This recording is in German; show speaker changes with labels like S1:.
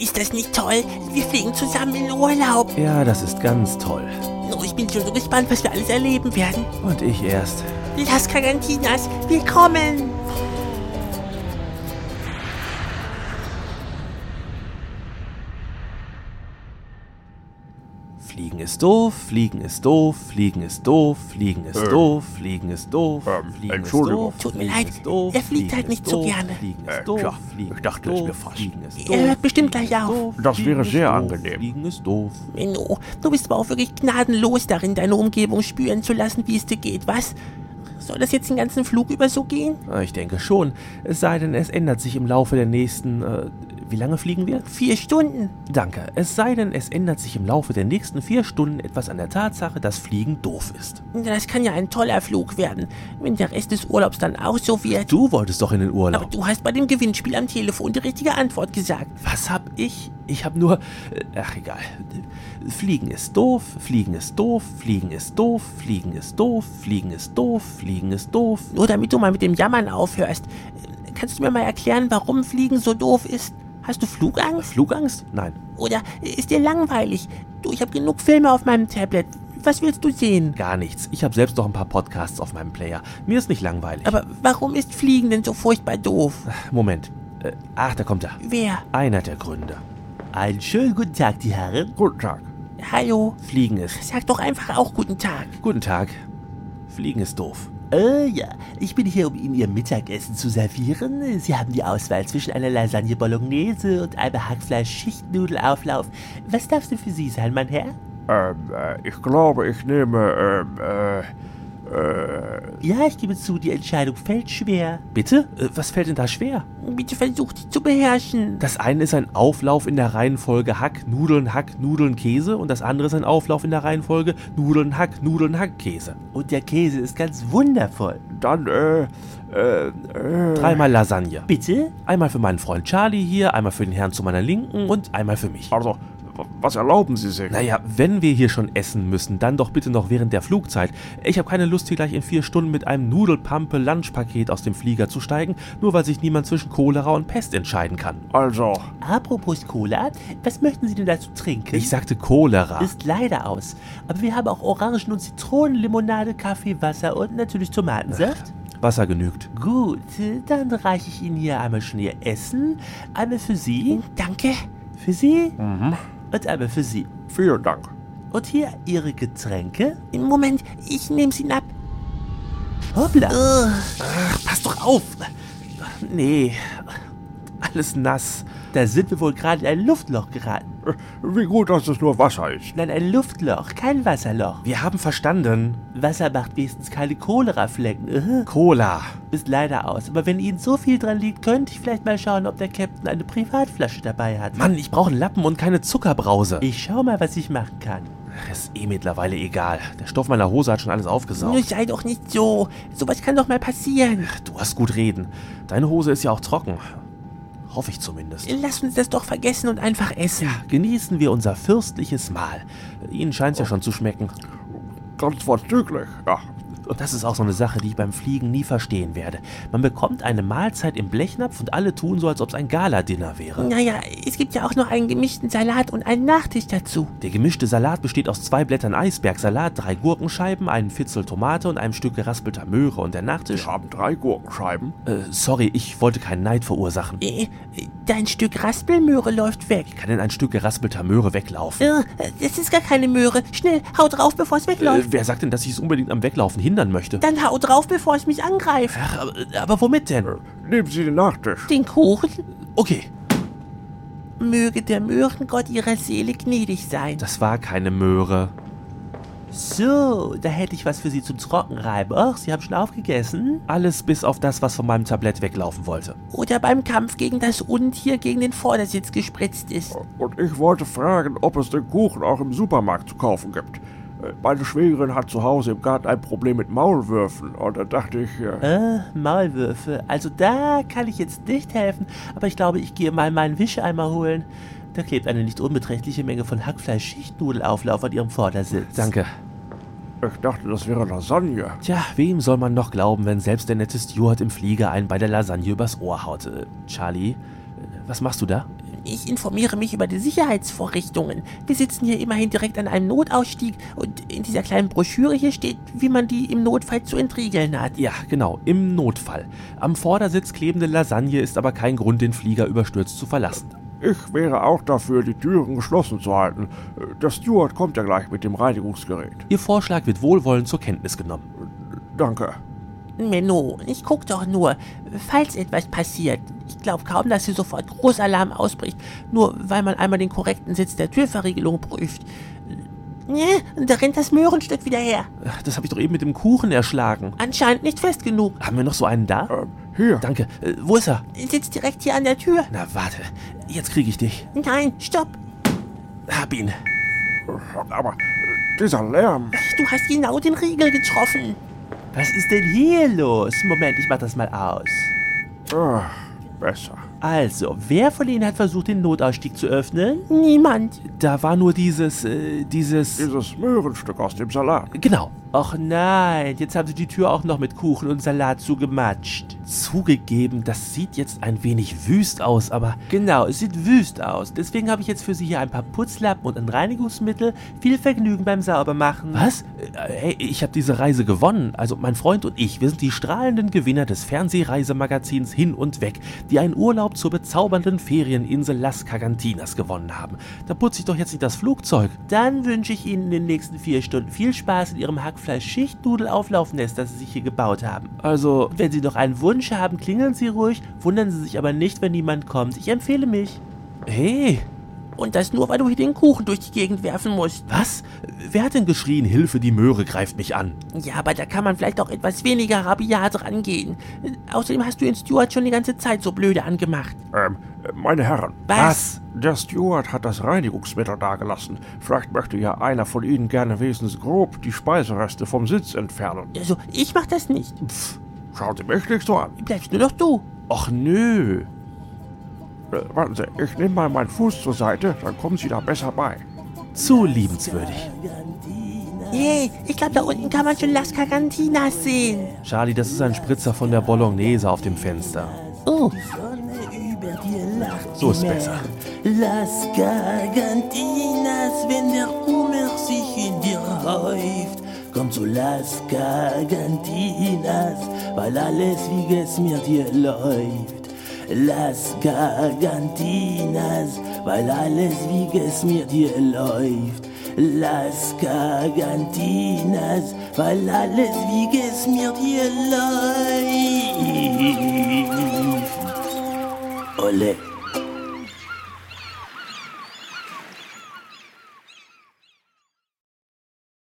S1: Ist das nicht toll? Wir fliegen zusammen in den Urlaub.
S2: Ja, das ist ganz toll.
S1: Oh, ich bin schon so gespannt, was wir alles erleben werden.
S2: Und ich erst.
S1: Las Canantinas, willkommen!
S2: Fliegen ist doof, fliegen ist doof, fliegen ist doof, fliegen ist
S3: Ähm.
S2: doof, fliegen ist doof,
S3: Ähm,
S2: fliegen ist
S3: Entschuldigung.
S2: doof.
S1: Tut mir
S2: fliegen
S1: leid,
S2: ist doof,
S1: er fliegt
S2: fliegen
S1: halt
S2: ist
S1: nicht so
S2: doof,
S1: gerne.
S2: Fliegen
S3: Äh,
S2: ist doof,
S3: tja,
S2: fliegen
S3: ich dachte es
S2: ist
S3: mir
S2: doof,
S3: fast.
S2: Fliegen ist
S1: Er
S2: doof,
S1: hört bestimmt
S2: fliegen
S1: gleich
S2: ist
S1: auf.
S2: doof,
S3: Das
S2: fliegen
S3: wäre
S2: ist
S3: sehr
S2: doof,
S3: angenehm.
S2: Fliegen ist doof.
S1: Menno, du bist aber auch wirklich gnadenlos darin, deine Umgebung spüren zu lassen, wie es dir geht, was? Soll das jetzt den ganzen Flug über so gehen?
S2: Ah, Ich denke schon. Es sei denn, es ändert sich im Laufe der nächsten. Äh, wie lange fliegen wir?
S1: Vier Stunden.
S2: Danke. Es sei denn, es ändert sich im Laufe der nächsten vier Stunden etwas an der Tatsache, dass Fliegen doof ist.
S1: Das kann ja ein toller Flug werden, wenn der Rest des Urlaubs dann auch so wird.
S2: Du wolltest doch in den
S1: Aber
S2: Urlaub.
S1: du hast bei dem Gewinnspiel am Telefon die richtige Antwort gesagt.
S2: Was hab ich? Ich hab nur. äh, Ach, egal. Fliegen ist doof, fliegen ist doof, fliegen ist doof, fliegen ist doof, fliegen ist doof, fliegen ist doof.
S1: Nur damit du mal mit dem Jammern aufhörst. Kannst du mir mal erklären, warum Fliegen so doof ist? Hast du Flugangst?
S2: Flugangst? Nein.
S1: Oder ist dir langweilig? Du, ich habe genug Filme auf meinem Tablet. Was willst du sehen?
S2: Gar nichts. Ich habe selbst noch ein paar Podcasts auf meinem Player. Mir ist nicht langweilig.
S1: Aber warum ist Fliegen denn so furchtbar doof?
S2: Moment. Äh, Ach, da kommt er.
S1: Wer?
S2: Einer der Gründe. Einen schönen guten Tag, die Herren.
S3: Guten Tag.
S1: Hallo?
S2: Fliegen ist.
S1: Sag doch einfach auch guten Tag.
S2: Guten Tag. Fliegen ist doof.
S4: Oh ja, ich bin hier, um Ihnen Ihr Mittagessen zu servieren. Sie haben die Auswahl zwischen einer Lasagne Bolognese und einem Hackfleisch-Schichtnudelauflauf. Was darf es denn für Sie sein, mein Herr?
S3: Ähm, äh, ich glaube, ich nehme, ähm, äh, äh,
S4: Ja, ich gebe zu, die Entscheidung fällt schwer.
S2: Bitte? Äh, Was fällt denn da schwer?
S1: Bitte versuch dich zu beherrschen.
S2: Das eine ist ein Auflauf in der Reihenfolge Hack, Nudeln, Hack, Nudeln, Käse und das andere ist ein Auflauf in der Reihenfolge Nudeln, Hack, Nudeln, Hack, Käse.
S4: Und der Käse ist ganz wundervoll.
S3: dann, äh, äh, äh,
S2: Dreimal Lasagne.
S4: Bitte?
S2: Einmal für meinen Freund Charlie hier, einmal für den Herrn zu meiner Linken und einmal für mich.
S3: also, w- was erlauben Sie sich?
S2: Naja, wenn wir hier schon essen müssen, dann doch bitte noch während der Flugzeit. Ich habe keine Lust, hier gleich in vier Stunden mit einem Nudelpampe-Lunchpaket aus dem Flieger zu steigen, nur weil sich niemand zwischen Cholera und Pest entscheiden kann.
S3: Also,
S4: Apropos Cola, was möchten Sie denn dazu trinken?
S2: Ich sagte Cholera.
S4: ist leider aus. Aber wir haben auch Orangen- und Zitronenlimonade, Kaffee, Wasser und natürlich Tomatensaft.
S2: Wasser genügt.
S4: Gut, dann reiche ich Ihnen hier einmal schon Ihr Essen. Einmal für Sie.
S1: Oh, Danke. Mhm.
S4: Für Sie und einmal für Sie.
S3: vielen Dank.
S4: Und hier Ihre Getränke.
S1: Im Moment, ich nehm's ihn ab.
S4: Hoppla.
S2: Pass doch auf! Nee, alles nass.
S4: Da sind wir wohl gerade in ein Luftloch geraten.
S3: Äh, Wie gut, dass es nur Wasser ist.
S4: Nein, ein Luftloch, kein Wasserloch.
S2: Wir haben verstanden.
S4: Wasser macht wenigstens keine Choleraflecken. Äh,
S2: Cola.
S4: Ist leider aus. Aber wenn Ihnen so viel dran liegt, könnte ich vielleicht mal schauen, ob der Captain eine Privatflasche dabei hat.
S2: Mann, ich brauche einen Lappen und keine Zuckerbrause.
S4: Ich schau mal, was ich machen kann.
S2: Ach, ist eh mittlerweile egal. Der Stoff meiner Hose hat schon alles
S1: Nun
S2: aufgesaugt.
S1: sei doch nicht so. Sowas kann doch mal passieren.
S2: Du hast gut reden. Deine Hose ist ja auch trocken. Hoffe ich zumindest.
S1: Lass uns das doch vergessen und einfach essen.
S2: Genießen wir unser fürstliches Mahl. Ihnen
S1: Oh.
S2: scheint es ja schon zu schmecken.
S3: Ganz vorzüglich, ja.
S2: Und das ist auch so eine Sache, die ich beim Fliegen nie verstehen werde. Man bekommt eine Mahlzeit im Blechnapf und alle tun so, als ob es ein Gala-Dinner wäre.
S1: Naja, es gibt ja auch noch einen gemischten Salat und einen Nachtisch dazu.
S2: Der gemischte Salat besteht aus zwei Blättern Eisbergsalat, drei Gurkenscheiben, einem Fitzel Tomate und einem Stück geraspelter Möhre und der Nachtisch.
S3: Wir haben drei Gurkenscheiben.
S2: Äh, sorry, ich wollte keinen Neid verursachen.
S1: Äh, Dein Stück Raspelmöhre läuft weg.
S2: Kann denn ein Stück geraspelter Möhre weglaufen?
S1: Äh, Das ist gar keine Möhre. Schnell, hau drauf, bevor es
S2: Äh,
S1: wegläuft.
S2: wer sagt denn, dass ich es unbedingt am Weglaufen hindern möchte?
S1: Dann hau drauf, bevor es mich angreift.
S2: Ach, aber, aber womit denn?
S3: Nehmen Sie den Nachtisch.
S1: Den Kuchen
S2: Okay,
S1: möge der Möhrengott ihrer Seele gnädig sein.
S2: das war keine Möhre.
S4: So, da hätte ich was für Sie zum Trockenreiben. Ach, Sie haben schon aufgegessen?
S2: Alles bis auf das, was von meinem Tablett weglaufen wollte.
S1: Oder beim Kampf gegen das Untier gegen den Vordersitz gespritzt ist.
S3: Und ich wollte fragen, ob es den Kuchen auch im Supermarkt zu kaufen gibt. Äh, Meine Schwägerin hat zu Hause im Garten ein Problem mit Maulwürfen. Und da dachte ich, äh,
S4: Äh, Maulwürfe. Also da kann ich jetzt nicht helfen, aber ich glaube, ich gehe mal meinen Wischeimer holen. Da klebt eine nicht unbeträchtliche Menge von Hackfleisch-Schichtnudelauflauf an ihrem Vordersitz.
S2: Danke.
S3: ich dachte, das wäre Lasagne.
S2: Tja, wem soll man noch glauben, wenn selbst der nette Steward im Flieger einen bei der Lasagne übers Ohr haut? Äh, Charlie, äh, was machst du da?
S1: Ich informiere mich über die Sicherheitsvorrichtungen. Wir sitzen hier immerhin direkt an einem Notausstieg und in dieser kleinen Broschüre hier steht, wie man die im Notfall zu entriegeln hat.
S2: Ja, genau, im Notfall. Am Vordersitz klebende Lasagne ist aber kein Grund, den Flieger überstürzt zu verlassen.
S3: Ich wäre auch dafür, die Türen geschlossen zu halten. Der Steward kommt ja gleich mit dem Reinigungsgerät.
S2: Ihr Vorschlag wird wohlwollend zur Kenntnis genommen.
S3: Danke.
S1: Menno, ich guck doch nur, falls etwas passiert. Ich glaube kaum, dass hier sofort Großalarm ausbricht, nur weil man einmal den korrekten Sitz der Türverriegelung prüft. Ne, da rennt das Möhrenstück wieder her.
S2: Ach, Äh, Das habe ich doch eben mit dem Kuchen erschlagen.
S1: Anscheinend nicht fest genug.
S2: Haben wir noch so einen da?
S3: Ähm, hier,
S2: Danke. Äh, wo ist er?
S1: Sitzt direkt hier an der Tür.
S2: Na, warte. Jetzt kriege ich dich.
S1: Nein, stopp.
S2: Hab ihn.
S3: aber dieser Lärm.
S1: Du hast genau den Riegel getroffen.
S4: Was ist denn hier los? Moment, ich mach das mal aus.
S3: Ah, besser.
S4: Also, wer von Ihnen hat versucht, den Notausstieg zu öffnen?
S1: Niemand.
S2: Da war nur dieses, äh, dieses...
S3: Dieses Möhrenstück aus dem Salat.
S2: Genau.
S4: Och nein, jetzt haben Sie die Tür auch noch mit Kuchen und Salat zugematscht.
S2: Zugegeben, das sieht jetzt ein wenig wüst aus, aber
S4: Genau, es sieht wüst aus. Deswegen habe ich jetzt für Sie hier ein paar Putzlappen und ein Reinigungsmittel. Viel Vergnügen beim Saubermachen.
S2: Was? Äh, Hey, ich habe diese Reise gewonnen. Also mein Freund und ich, wir sind die strahlenden Gewinner des Fernsehreisemagazins Hin und Weg, die einen Urlaub zur bezaubernden Ferieninsel Las Cagantinas gewonnen haben. Da putze ich doch jetzt nicht das Flugzeug.
S4: Dann wünsche ich Ihnen in den nächsten vier Stunden viel Spaß in Ihrem Hackfleisch-Schichtnudelauflaufnest, das Sie sich hier gebaut haben.
S2: Also,
S4: Wenn Sie noch einen Wunsch haben, klingeln Sie ruhig. Wundern Sie sich aber nicht, wenn niemand kommt. Ich empfehle mich.
S2: hey,
S1: Und das nur, weil du hier den Kuchen durch die Gegend werfen musst.
S2: was? Wer hat denn geschrien, Hilfe, die Möhre greift mich an?
S1: Ja, aber da kann man vielleicht auch etwas weniger rabiat rangehen. Äh, Außerdem hast du den Stuart schon die ganze Zeit so blöde angemacht.
S3: Ähm, meine Herren.
S1: Was?
S3: Der Steward hat das Reinigungsmittel dagelassen. Vielleicht möchte ja einer von Ihnen gerne wesens grob die Speisereste vom Sitz entfernen.
S1: Also, ich mach das nicht.
S3: Schauen Sie mich nicht so an.
S1: Bleibst nur noch du.
S2: Och nö.
S3: Äh, warten Sie, ich nehme mal meinen Fuß zur Seite, dann kommen Sie da besser bei.
S2: Zu liebenswürdig.
S1: Yay, ich glaube, da unten kann man schon Las Carantinas sehen.
S2: Charlie, das ist ein Spritzer von der Bolognese auf dem Fenster.
S1: Oh,
S2: So ist besser.
S5: Las Gargantinas, wenn der Hummer sich in dir häuft. Komm zu Las Gargantinas, weil alles wie es mir dir läuft. Las Gargantinas, weil alles wie es mir dir läuft. Las Gargantinas, weil alles wie es mir dir läuft. Ole.